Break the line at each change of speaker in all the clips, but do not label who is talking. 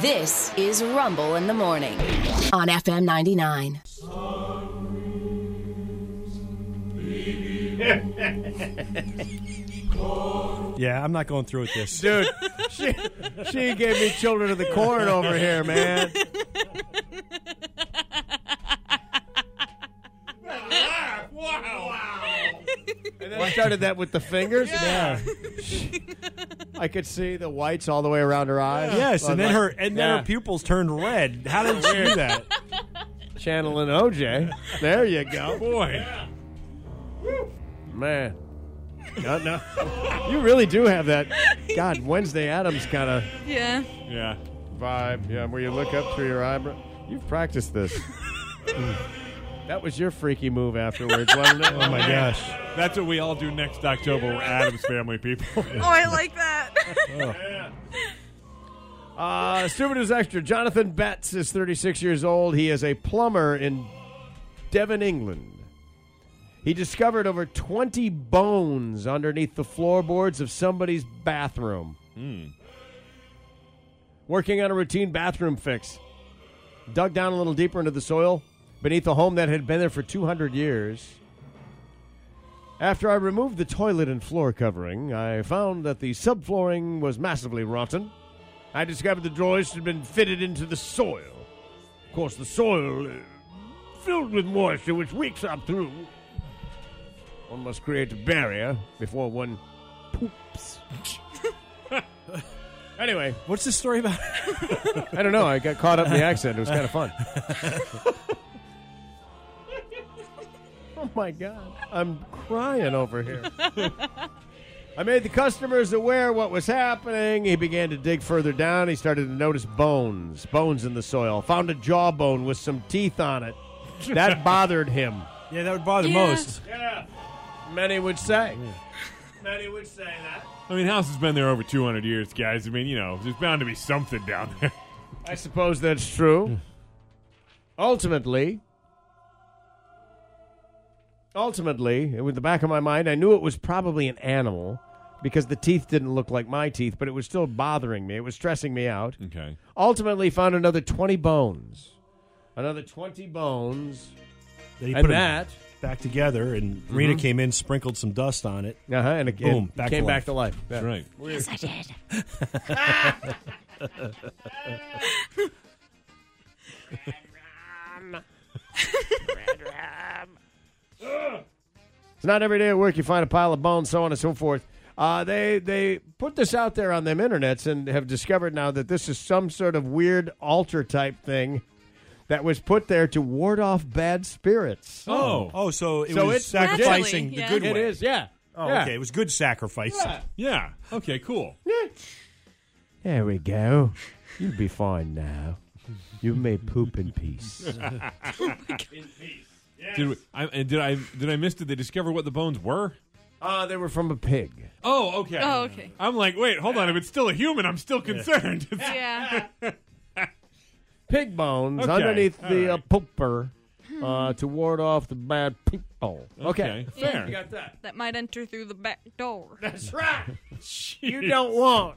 This is Rumble in the Morning on FM 99.
Yeah, I'm not going through with this.
dude. She, she gave me children of the corn over here, man. And then started that with the fingers. Yeah. I could see the whites all the way around her eyes.
Yes, and then her and then
Yeah.
her pupils turned red. How did she do that?
channeling OJ. There you go.
Oh, Boy,
Man. No, no. You really do have that God Wednesday Adams kind of
Yeah.
yeah.
vibe. Yeah, where you look up through your eyebrow. You've practiced this. that was your freaky move afterwards, wasn't it?
Oh my gosh, that's what we all do next October. We're Adams Family people.
Oh, I like that.
Uh, Stupid News Extra. Jonathan Betts is 36 years old. He is a plumber in Devon, England. He discovered over 20 bones underneath the floorboards of somebody's bathroom. Working on a routine bathroom fix. Dug down a little deeper into the soil beneath a home that had been there for 200 years. After I removed the toilet and floor covering, I found that the subflooring was massively rotten. I discovered the drawers had been fitted into the soil. Of course, the soil uh, filled with moisture, which leaks up through. One must create a barrier before one poops. anyway,
What's this story about?
I don't know. I got caught up in the accent. It was kind of fun. oh my god, I'm crying over here. I made the customers aware what was happening. He began to dig further down. He started to notice bones, bones in the soil. Found a jawbone with some teeth on it. That bothered him.
Yeah, that would bother
Yeah.
most.
Many would say. Many would say that.
I mean, house has been there over 200 years, guys. I mean, you know, there's bound to be something down there.
I suppose that's true. ultimately, ultimately, with the back of my mind, I knew it was probably an animal because the teeth didn't look like my teeth, but it was still bothering me. It was stressing me out.
Okay.
Ultimately, found another 20 bones. Another 20 bones.
Then he
And
put it
that-
back together, and Rena came in, sprinkled some dust on it.
Uh-huh, and it,
Boom,
it
back
came
to life.
back to life. Yeah.
That's right.
yes, I did.
It's not every day at work you find a pile of bones, so on and so forth. Uh, they they put this out there on them internets and have discovered now that this is some sort of weird altar type thing that was put there to ward off bad spirits.
Oh.
oh, so it
So
was
it's-
sacrificing
Naturally,
the
yeah.
good
It
way.
is, yeah.
Oh,
yeah.
okay, it was good sacrifice.
Yeah.
Yeah. Okay, cool.
There we go. You'll be fine now. You may poop in peace.
Did, we, I, and did I did I miss? Did they discover what the bones were?
Uh, they were from a pig.
Oh, okay.
Oh, okay.
I'm like, wait, hold on. If it's still a human, I'm still concerned.
Yeah.
Pig bones
Okay,
underneath
all
the uh,
right.
pooper uh, to ward off the bad people. Okay.
okay. Fair.
Yeah.
that.
That might enter through the back door.
That's right. you don't want.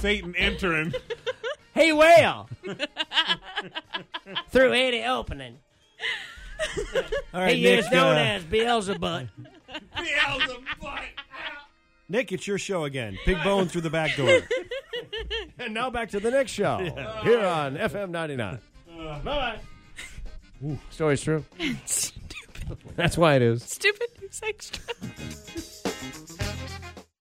Satan entering.
He will. Through any opening.
All right, Nick, uh,
Beelzebub.
Nick, it's your show again. Big bone through the back door.
And now back to the next show here on FM 99. Bye bye. Story's true. That's why it is.
Stupid news extra.